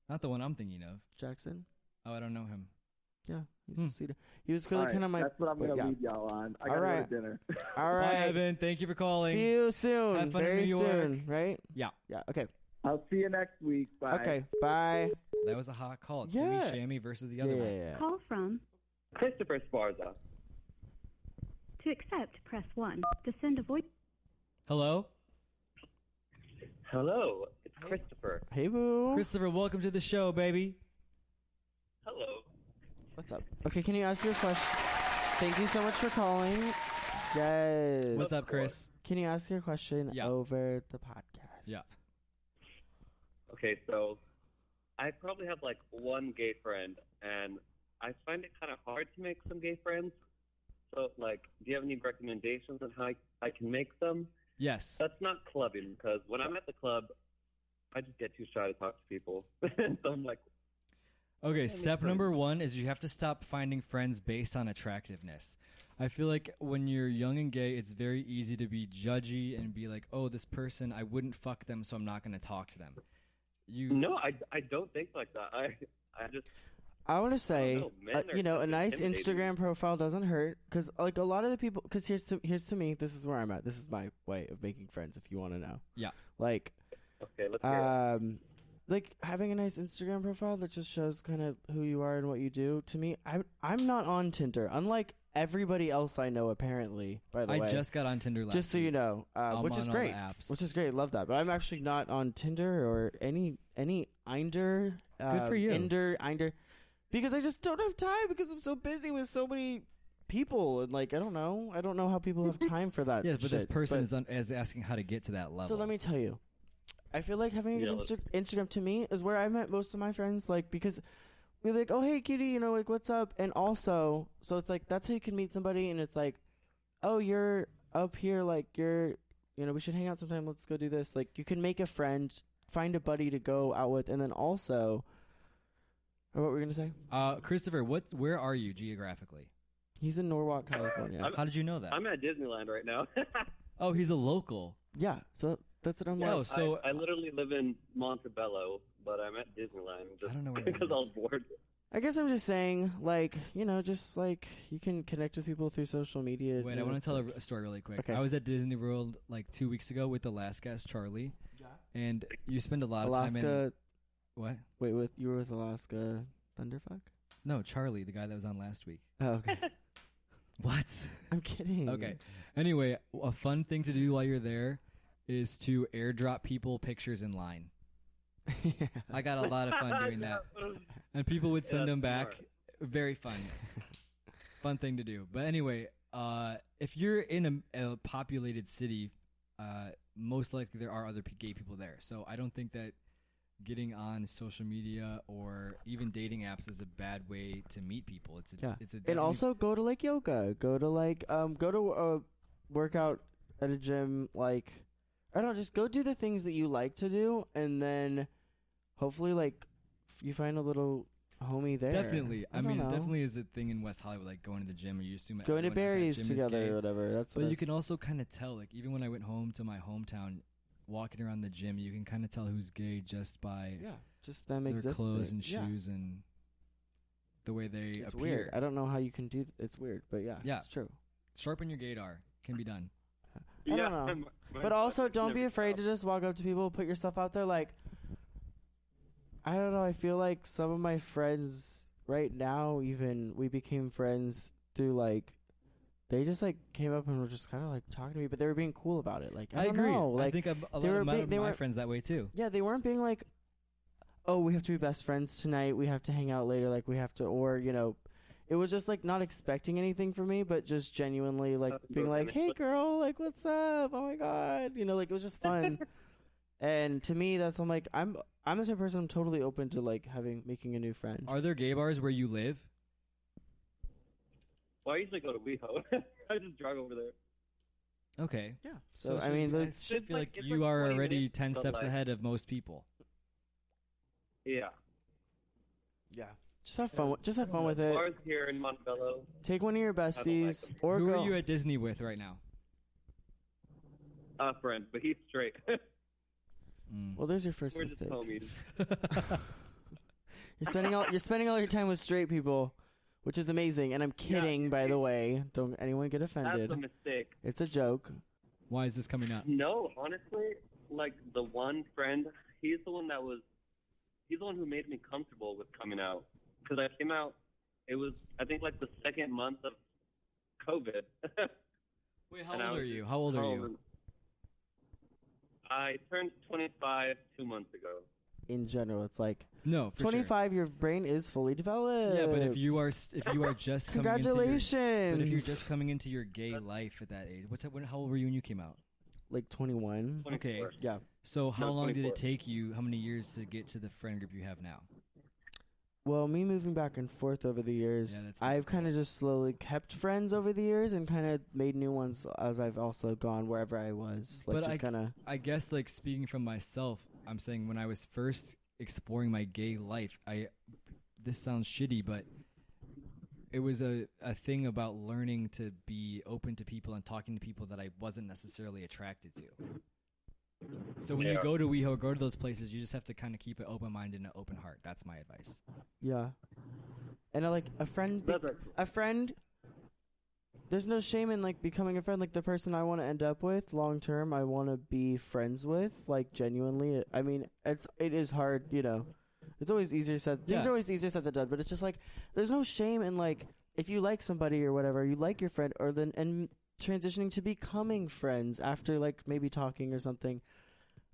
Speaker 1: Not the one I'm thinking of.
Speaker 2: Jackson.
Speaker 1: Oh, I don't know him.
Speaker 2: Yeah, he's
Speaker 1: Hmm.
Speaker 2: a sweetie. He was really
Speaker 6: All right,
Speaker 2: kind of my.
Speaker 6: that's what I'm
Speaker 2: but
Speaker 6: gonna
Speaker 2: yeah.
Speaker 6: leave y'all on. I
Speaker 2: All
Speaker 6: gotta
Speaker 2: right.
Speaker 6: go to dinner.
Speaker 1: Bye,
Speaker 2: All right.
Speaker 1: Evan. Thank you for calling.
Speaker 2: See you soon.
Speaker 1: Have fun in
Speaker 2: Very
Speaker 1: New York.
Speaker 2: soon, right?
Speaker 1: Yeah.
Speaker 2: Yeah. Okay.
Speaker 6: I'll see you next week. Bye.
Speaker 2: Okay. Bye.
Speaker 1: That was a hot call. Timmy
Speaker 2: Yeah.
Speaker 1: Shammy versus the
Speaker 2: Yeah.
Speaker 1: other one.
Speaker 7: Call from
Speaker 5: Christopher Sparza.
Speaker 7: to accept, press 1. To send a voice.
Speaker 1: Hello?
Speaker 5: Hello, it's Christopher.
Speaker 2: Hey boo.
Speaker 1: Christopher, welcome to the show, baby.
Speaker 5: Hello.
Speaker 2: What's up? Okay, can you ask your question? Thank you so much for calling. Yes.
Speaker 1: What's up, Chris?
Speaker 2: Can you ask your question
Speaker 1: Yeah.
Speaker 2: over the podcast?
Speaker 1: Yeah.
Speaker 5: Okay, so I probably have like one gay friend, and I find it kind of hard to make some gay friends. So, like, do you have any recommendations on how I, I can make them?
Speaker 1: Yes.
Speaker 5: That's not clubbing because when I'm at the club, I just get too shy to talk to people. so I'm like,
Speaker 1: Okay, step number one is you have to stop finding friends based on attractiveness. I feel like when you're young and gay, it's very easy to be judgy and be like, oh, this person, I wouldn't fuck them, so I'm not going to talk to them. You,
Speaker 5: no, I, I don't think like that. I I just
Speaker 2: I want to say,
Speaker 5: know, Oh, men
Speaker 2: uh,
Speaker 5: are
Speaker 2: you know, a
Speaker 5: kind of
Speaker 2: nice
Speaker 5: intimidating.
Speaker 2: Instagram profile doesn't hurt because, like, a lot of the people. Because here's to here's to me. This is where I'm at. This is my way of making friends. If you want to know,
Speaker 1: Yeah.
Speaker 2: like,
Speaker 5: okay. Let's hear it.
Speaker 2: um, like having a nice Instagram profile that just shows kind of who you are and what you do. To me, I'm I'm not on Tinder, unlike everybody else I know. Apparently, by the
Speaker 1: I
Speaker 2: way,
Speaker 1: just got on Tinder last
Speaker 2: just so you
Speaker 1: week.
Speaker 2: know, uh,
Speaker 1: I'm
Speaker 2: which is
Speaker 1: on all the
Speaker 2: great,
Speaker 1: apps.
Speaker 2: which is great. Love that. But I'm actually not on Tinder or any any Inder. Uh,
Speaker 1: for you.
Speaker 2: Inder, Inder, because I just don't have time because I'm so busy with so many people and like I don't know. I don't know how people have time for that.
Speaker 1: Yes, but this
Speaker 2: shit.
Speaker 1: person
Speaker 2: But-
Speaker 1: is, un- is asking how to get to that level.
Speaker 2: so let me tell you, I feel like having a
Speaker 5: Yeah,
Speaker 2: good
Speaker 5: let's-
Speaker 2: Insta- Instagram to me is where I met most of my friends. Like because we're like, oh hey cutie, you know like what's up, and also so it's like that's how you can meet somebody, and it's like, oh you're up here, like you're, you know we should hang out sometime. Let's go do this. Like you can make a friend, find a buddy to go out with, and then also, or what were you gonna say?
Speaker 1: uh, Christopher, what? Where are you geographically?
Speaker 2: He's in Norwalk, California.
Speaker 5: I'm-
Speaker 1: How did you know that?
Speaker 5: I'm at Disneyland right now.
Speaker 1: oh, he's a local.
Speaker 2: yeah, so that's what I'm
Speaker 1: Oh,
Speaker 2: like.
Speaker 1: so
Speaker 5: I, I literally live in Montebello, but I'm at Disneyland. Just
Speaker 1: I don't know where that
Speaker 5: because
Speaker 1: is.
Speaker 5: I was bored.
Speaker 2: I guess I'm just saying, like, you know, just like you can connect with people through social media.
Speaker 1: Wait, I want to tell a, a story really quick.
Speaker 2: Okay.
Speaker 1: I was at Disney World like two weeks ago with the last guest, Charlie. And you spend a lot of time in
Speaker 2: Alaska.
Speaker 1: what?
Speaker 2: Wait, with you were with Alaska Thunderfuck?
Speaker 1: No, Charlie, the guy that was on last week.
Speaker 2: Oh, okay.
Speaker 1: What?
Speaker 2: I'm kidding.
Speaker 1: Okay. Anyway, a fun thing to do while you're there is to airdrop people pictures in line.
Speaker 2: yeah.
Speaker 1: I got a lot of fun doing that. And people would send
Speaker 5: that's
Speaker 1: them back.
Speaker 5: smart.
Speaker 1: Very fun. fun thing to do. But anyway, uh, if you're in a, a populated city, uh, most likely there are other p- gay people there. So I don't think that getting on social media or even dating apps is a bad way to meet people. It's a,
Speaker 2: Yeah.
Speaker 1: it's a
Speaker 2: And
Speaker 1: definitely-
Speaker 2: also go to like yoga. Go to like um go to a workout at a gym like I don't know, just go do the things that you like to do and then hopefully like f- you find a little homie there.
Speaker 1: definitely. I,
Speaker 2: don't
Speaker 1: mean,
Speaker 2: know.
Speaker 1: it definitely is a thing in West Hollywood, like going to the gym or you assume
Speaker 2: going to
Speaker 1: everyone at that
Speaker 2: berries
Speaker 1: gym is
Speaker 2: together
Speaker 1: gay.
Speaker 2: or whatever. That's what
Speaker 1: But
Speaker 2: I-
Speaker 1: you can also kind of tell, like even when I went home to my hometown, walking around the gym, you can kind of tell who's gay just by
Speaker 2: yeah, just them
Speaker 1: their
Speaker 2: existing.
Speaker 1: clothes and
Speaker 2: Yeah.
Speaker 1: shoes and the way they
Speaker 2: It's
Speaker 1: appear.
Speaker 2: weird. I don't know how you can do. Th- it's weird, but yeah,
Speaker 1: Yeah.
Speaker 2: it's true.
Speaker 1: Sharpen your gaydar can be done.
Speaker 2: I don't know.
Speaker 5: I'm- my
Speaker 2: But also,
Speaker 5: thoughts
Speaker 2: don't be
Speaker 5: never
Speaker 2: afraid to
Speaker 5: stop.
Speaker 2: just walk up to people, put yourself out there. Like, I don't know. I feel like some of my friends right now, even we became friends through like. They just like came up and were just kind of like talking to me, but they were being cool about it. Like I, don't
Speaker 1: agree.
Speaker 2: know,
Speaker 1: I
Speaker 2: like
Speaker 1: think I've, a
Speaker 2: they
Speaker 1: lot
Speaker 2: were
Speaker 1: of my,
Speaker 2: big- they
Speaker 1: my
Speaker 2: were-
Speaker 1: friends that way too.
Speaker 2: yeah, they weren't being like, oh, we have to be best friends tonight. We have to hang out later. Like we have to, or you know, it was just like not expecting anything from me, but just genuinely like
Speaker 5: Uh,
Speaker 2: being
Speaker 5: no,
Speaker 2: like,
Speaker 5: that
Speaker 2: hey,
Speaker 5: makes-
Speaker 2: girl, like what's up? Oh my god, you know, like it was just fun. and to me, that's I'm like I'm I'm the type of person I'm totally open to like having making a new friend.
Speaker 1: Are there gay bars where you live?
Speaker 5: Well, I usually go to WeHo. I just drive over there.
Speaker 1: Okay.
Speaker 2: yeah. So, I
Speaker 1: should-
Speaker 2: mean,
Speaker 1: I
Speaker 2: that's,
Speaker 1: should
Speaker 5: It's
Speaker 1: feel
Speaker 5: like-
Speaker 1: like,
Speaker 5: it's
Speaker 1: you
Speaker 5: like
Speaker 1: are
Speaker 5: 20
Speaker 1: already
Speaker 5: minutes,
Speaker 1: ten
Speaker 5: but,
Speaker 1: steps
Speaker 5: like-
Speaker 1: ahead of most people.
Speaker 5: Yeah.
Speaker 2: yeah. Just have fun. with Just have fun
Speaker 1: Uh,
Speaker 2: with it.
Speaker 5: Bars here in Montebello.
Speaker 2: Take one of your
Speaker 5: like
Speaker 2: besties
Speaker 5: them.
Speaker 2: or
Speaker 1: Who
Speaker 2: girl.
Speaker 1: are you at Disney with right now?
Speaker 5: Uh, A friend, but he's straight.
Speaker 1: Mm.
Speaker 2: Well, there's your first
Speaker 8: We're just
Speaker 2: mistake.
Speaker 8: homies.
Speaker 2: You're spending all you're spending all your time with straight people, which is amazing. And I'm kidding, by the way. Don't anyone get offended.
Speaker 8: That's a mistake.
Speaker 2: it's a joke.
Speaker 9: Why is this coming up?
Speaker 8: No, honestly, like the one friend, he's the one that was, he's the one who made me comfortable with coming out. Because I came out, it was, I think, like the second month of COVID. Um,
Speaker 9: Wait,
Speaker 8: And I
Speaker 9: how old
Speaker 8: was
Speaker 9: are you? How old are
Speaker 8: home
Speaker 9: you?
Speaker 8: and- I turned 25 two months ago.
Speaker 2: In general, it's like
Speaker 1: No, for sure.
Speaker 2: 25. Your brain is fully developed.
Speaker 1: Yeah, but if you are st- if you are just coming
Speaker 2: congratulations,
Speaker 1: into your, but if you're just coming into your gay life at that age, what's that, when, how old were you when you came out?
Speaker 2: like 21.
Speaker 1: Okay,
Speaker 8: 24.
Speaker 2: Yeah.
Speaker 1: so how
Speaker 8: No,
Speaker 1: long did it
Speaker 8: 24.
Speaker 1: take you? How many years to get to the friend group you have now?
Speaker 2: Well, me moving back and forth over the years,
Speaker 1: Yeah, that's
Speaker 2: I've
Speaker 1: difficult.
Speaker 2: kind of just slowly kept friends over the years and kind of made new ones as I've also gone wherever I was. Like
Speaker 1: But
Speaker 2: just
Speaker 1: I-
Speaker 2: kind of
Speaker 1: I guess like speaking from myself, I'm saying when I was first exploring my gay life, I this sounds shitty, but it was a, a thing about learning to be open to people and talking to people that I wasn't necessarily attracted to. So when you
Speaker 8: Yeah.
Speaker 1: go to WeHo, go to those places, you just have to kind of keep an open mind and an open heart. That's my advice.
Speaker 2: yeah. And I like a friend be-
Speaker 8: That's a-
Speaker 2: a friend there's no shame in like becoming a friend like the person i want to end up with long term i want to be friends with like genuinely i mean it's it is hard you know it's always easier said
Speaker 1: Yeah.
Speaker 2: things are always easier said than done but it's just like there's no shame in like if you like somebody or whatever you like your friend or then and transitioning to becoming friends after like maybe talking or something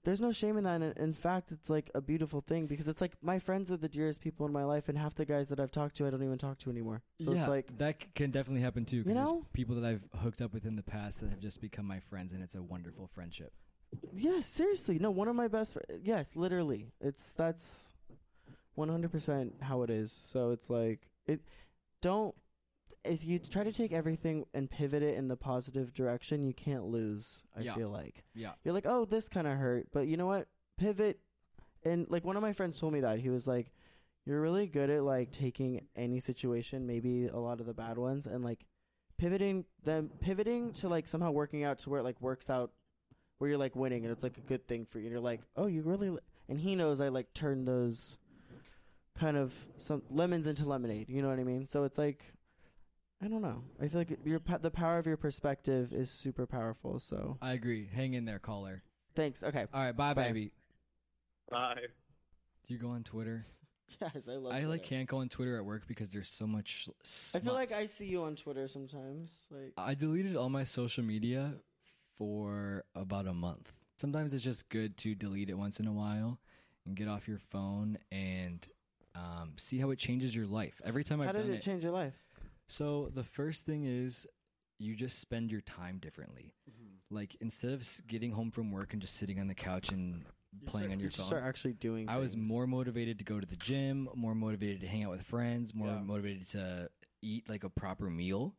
Speaker 2: there's no shame in that. And in fact, it's like a beautiful thing because it's like my friends are the dearest people in my life, and half the guys that I've talked to, I don't even talk to anymore. So
Speaker 1: yeah,
Speaker 2: it's like
Speaker 1: that c- can definitely happen too. 'cause
Speaker 2: You
Speaker 1: there's
Speaker 2: know?
Speaker 1: people that I've hooked up with in the past that have just become my friends, and it's a wonderful friendship.
Speaker 2: Yeah, seriously. No, one of my best. Fr- yes, literally. It's that's one hundred percent how it is. So it's like it. Don't if you try to take everything and pivot it in the positive direction, you can't lose. I
Speaker 1: Yeah.
Speaker 2: feel like
Speaker 1: Yeah.
Speaker 2: you're like, oh, this kind of hurt, but you know what? Pivot. And like one of my friends told me that he was like, you're really good at like taking any situation, maybe a lot of the bad ones, and like pivoting them, pivoting to like somehow working out to where it like works out, where you're like winning, and it's like a good thing for you. And you're like, oh, you really. li-" And he knows I like turn those kind of some lemons into lemonade. You know what I mean? So it's like. I don't know. I feel like your pa- the power of your perspective is super powerful. So
Speaker 1: I agree. Hang in there, caller.
Speaker 2: thanks. Okay.
Speaker 1: All right, bye,
Speaker 2: Bye.
Speaker 1: baby.
Speaker 8: Bye.
Speaker 1: Do you go on Twitter?
Speaker 2: Yes, I love.
Speaker 1: I like
Speaker 2: Twitter.
Speaker 1: can't go on Twitter at work because there's so much. Uh,
Speaker 2: I
Speaker 1: Smut.
Speaker 2: feel like I see you on Twitter sometimes. Like
Speaker 1: I deleted all my social media for about a month. Sometimes it's just good to delete it once in a while and get off your phone and um, see how it changes your life. Every time
Speaker 2: how
Speaker 1: I've
Speaker 2: did
Speaker 1: done
Speaker 2: it change your life?
Speaker 1: So the first thing is you just spend your time differently.
Speaker 2: Mm-hmm.
Speaker 1: Like instead of s- getting home from work and just sitting on the couch and playing on your
Speaker 2: You
Speaker 1: phone,
Speaker 2: just start actually doing.
Speaker 1: I was
Speaker 2: things.
Speaker 1: more motivated to go to the gym, more motivated to hang out with friends, more
Speaker 2: Yeah.
Speaker 1: motivated to eat like a proper meal.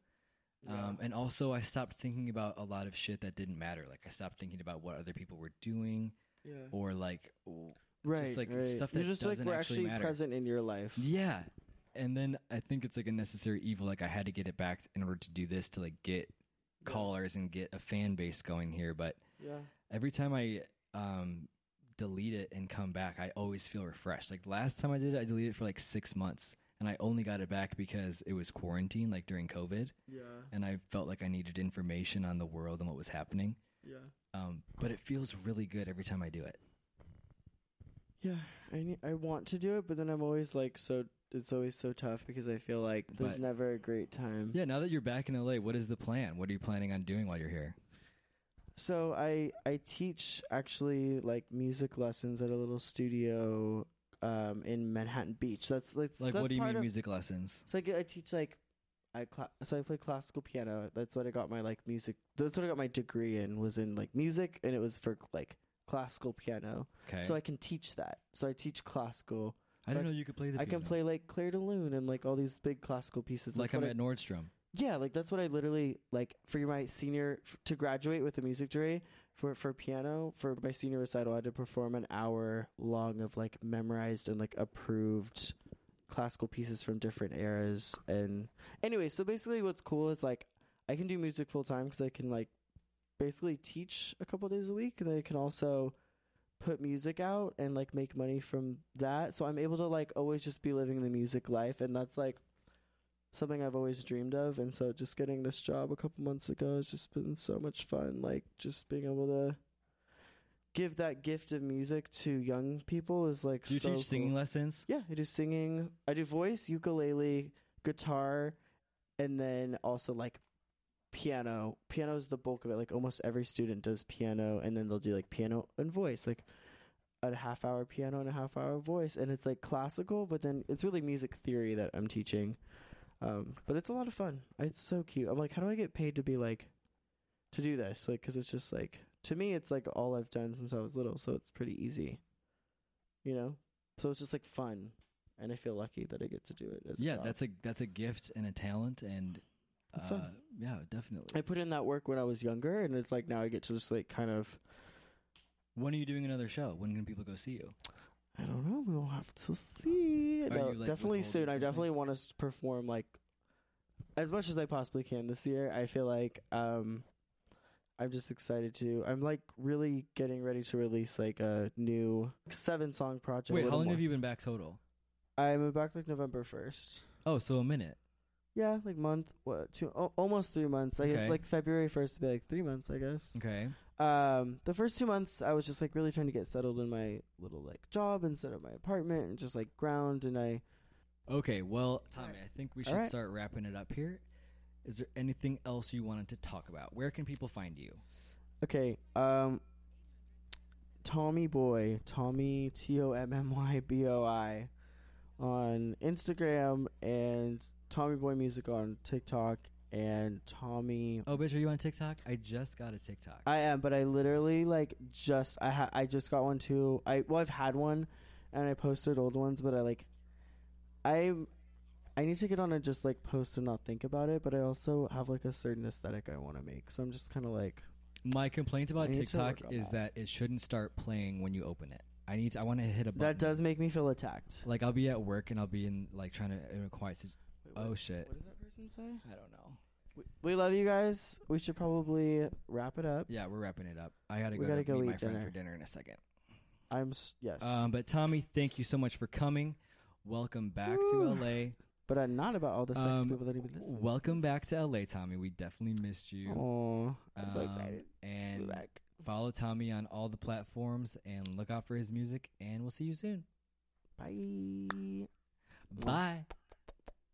Speaker 1: Um, and also, I stopped thinking about a lot of shit that didn't matter. Like, I stopped thinking about what other people were doing
Speaker 2: Yeah.
Speaker 1: or like, w-
Speaker 2: Right.
Speaker 1: like,
Speaker 2: right.
Speaker 1: stuff
Speaker 2: You're
Speaker 1: that
Speaker 2: just like
Speaker 1: doesn't
Speaker 2: we're
Speaker 1: actually
Speaker 2: actually
Speaker 1: matter.
Speaker 2: present in your life.
Speaker 1: yeah. And then I think it's like a necessary evil. Like, I had to get it back in order to do this to like get callers and get a fan base going here. But
Speaker 2: Yeah.
Speaker 1: every time I um, delete it and come back, I always feel refreshed. Like last time I did it, I deleted it for like six months, and I only got it back because it was quarantine, like during COVID,
Speaker 2: Yeah.
Speaker 1: and I felt like I needed information on the world and what was happening.
Speaker 2: Yeah.
Speaker 1: Um, but it feels really good every time I do it.
Speaker 2: Yeah. I ne- I want to do it, but then I'm always like so. It's always so tough because I feel like there's
Speaker 1: But-
Speaker 2: never a great time.
Speaker 1: Yeah, now that you're back in LA, what is the plan? What are you planning on doing while you're here?
Speaker 2: So I I teach actually like music lessons at a little studio um in Manhattan Beach. That's that's
Speaker 1: Like,
Speaker 2: that's
Speaker 1: what do you
Speaker 2: part
Speaker 1: mean
Speaker 2: of-
Speaker 1: music lessons?
Speaker 2: So I, get- I teach like I cla- so I play classical piano. That's what I got my like music. That's what I got my degree in was in like music, and it was for like classical piano.
Speaker 1: Okay,
Speaker 2: So I can teach that. So I teach classical.
Speaker 1: I
Speaker 2: so
Speaker 1: don't
Speaker 2: I
Speaker 1: know you could play the.
Speaker 2: I can
Speaker 1: piano.
Speaker 2: play like Clair de Lune and like all these big classical pieces.
Speaker 1: like
Speaker 2: That's
Speaker 1: I'm
Speaker 2: what I-
Speaker 1: at Nordstrom.
Speaker 2: yeah, like that's what I literally like for my senior f- to graduate with a music degree for for piano for my senior recital. I had to perform an hour long of like memorized and like approved classical pieces from different eras. And anyway, so basically, what's cool is like I can do music full time because I can like basically teach a couple days a week, and then I can also put music out and like make money from that. So I'm able to like always just be living the music life and that's like something I've always dreamed of and so just getting this job a couple months ago has just been so much fun like just being able to give that gift of music to young people is like
Speaker 1: Do you
Speaker 2: so
Speaker 1: teach singing
Speaker 2: cool.
Speaker 1: lessons?
Speaker 2: Yeah, I do singing. I do voice, ukulele, guitar, and then also like piano. Piano is the bulk of it. Like almost every student does piano, and then they'll do like piano and voice, like a half hour piano and a half hour voice, and it's like classical, but then it's really music theory that I'm teaching. Um, but it's a lot of fun. It's so cute. I'm like, how do I get paid to be like to do this? Like, because it's just like to me, it's like all I've done since I was little, so it's pretty easy. You know, so it's just like fun, and I feel lucky that I get to do it. As a
Speaker 1: yeah,
Speaker 2: job.
Speaker 1: that's a that's a gift and a talent, and
Speaker 2: That's
Speaker 1: uh,
Speaker 2: fun.
Speaker 1: yeah, definitely.
Speaker 2: I put in that work when I was younger, and it's like now I get to just like kind of
Speaker 1: When are you doing another show? When can people go see you?
Speaker 2: I don't know. We'll have to see.
Speaker 1: Are you,
Speaker 2: No,
Speaker 1: like,
Speaker 2: definitely
Speaker 1: withholding
Speaker 2: soon. I
Speaker 1: something?
Speaker 2: definitely want to perform like as much as I possibly can this year. I feel like um I'm just excited to. I'm like really getting ready to release like a new seven song project.
Speaker 1: Wait,
Speaker 2: a
Speaker 1: how
Speaker 2: little
Speaker 1: long
Speaker 2: more.
Speaker 1: have you been back total?
Speaker 2: I'm back like November first.
Speaker 1: Oh, so a minute.
Speaker 2: Yeah, like month, what two? al- almost three months. I
Speaker 1: Okay.
Speaker 2: guess like February first would be like three months. I guess.
Speaker 1: Okay.
Speaker 2: um the first two months i was just like really trying to get settled in my little like job and set up my apartment and just like ground and i
Speaker 1: Okay. Well, Tommy, I think we
Speaker 2: All
Speaker 1: should
Speaker 2: right.
Speaker 1: start wrapping it up here. Is there anything else you wanted to talk about? Where can people find you?
Speaker 2: okay um tommy boy tommy t-o-m-m-y-b-o-i on instagram and tommy boy music on tiktok and tommy
Speaker 1: Oh, bitch, are you on TikTok? I just got a TikTok.
Speaker 2: I am, but I literally like just I ha- I just got one too. I well I've had one, and I posted old ones, but I like, I, I need to get on and just like post and not think about it. But I also have like a certain aesthetic I want to make, so I'm just kind of like
Speaker 1: My complaint
Speaker 2: I
Speaker 1: about
Speaker 2: need to
Speaker 1: TikTok
Speaker 2: work on
Speaker 1: is that. it shouldn't start playing when you open it. I need. To, I want to hit a button.
Speaker 2: that does make me feel attacked.
Speaker 1: Like I'll be at work and I'll be in like trying to in a quiet. sit- oh shit!
Speaker 2: What did that person say?
Speaker 1: I don't know.
Speaker 2: We, we love you guys. We should probably wrap it up.
Speaker 1: Yeah, we're wrapping it up. I gotta
Speaker 2: We
Speaker 1: go.
Speaker 2: gotta
Speaker 1: to
Speaker 2: go
Speaker 1: meet
Speaker 2: eat
Speaker 1: my friend
Speaker 2: dinner.
Speaker 1: for dinner in a second.
Speaker 2: I'm s- yes,
Speaker 1: Um, but Tommy, thank you so much for coming. Welcome back
Speaker 2: Woo.
Speaker 1: to LA.
Speaker 2: but I'm not about all the sex
Speaker 1: Um,
Speaker 2: people that even listen.
Speaker 1: Welcome back to LA, Tommy. We definitely missed you.
Speaker 2: Oh, I'm so
Speaker 1: Um,
Speaker 2: excited. to be
Speaker 1: And
Speaker 2: back.
Speaker 1: follow Tommy on all the platforms and look out for his music. And we'll see you soon.
Speaker 2: Bye.
Speaker 1: Bye.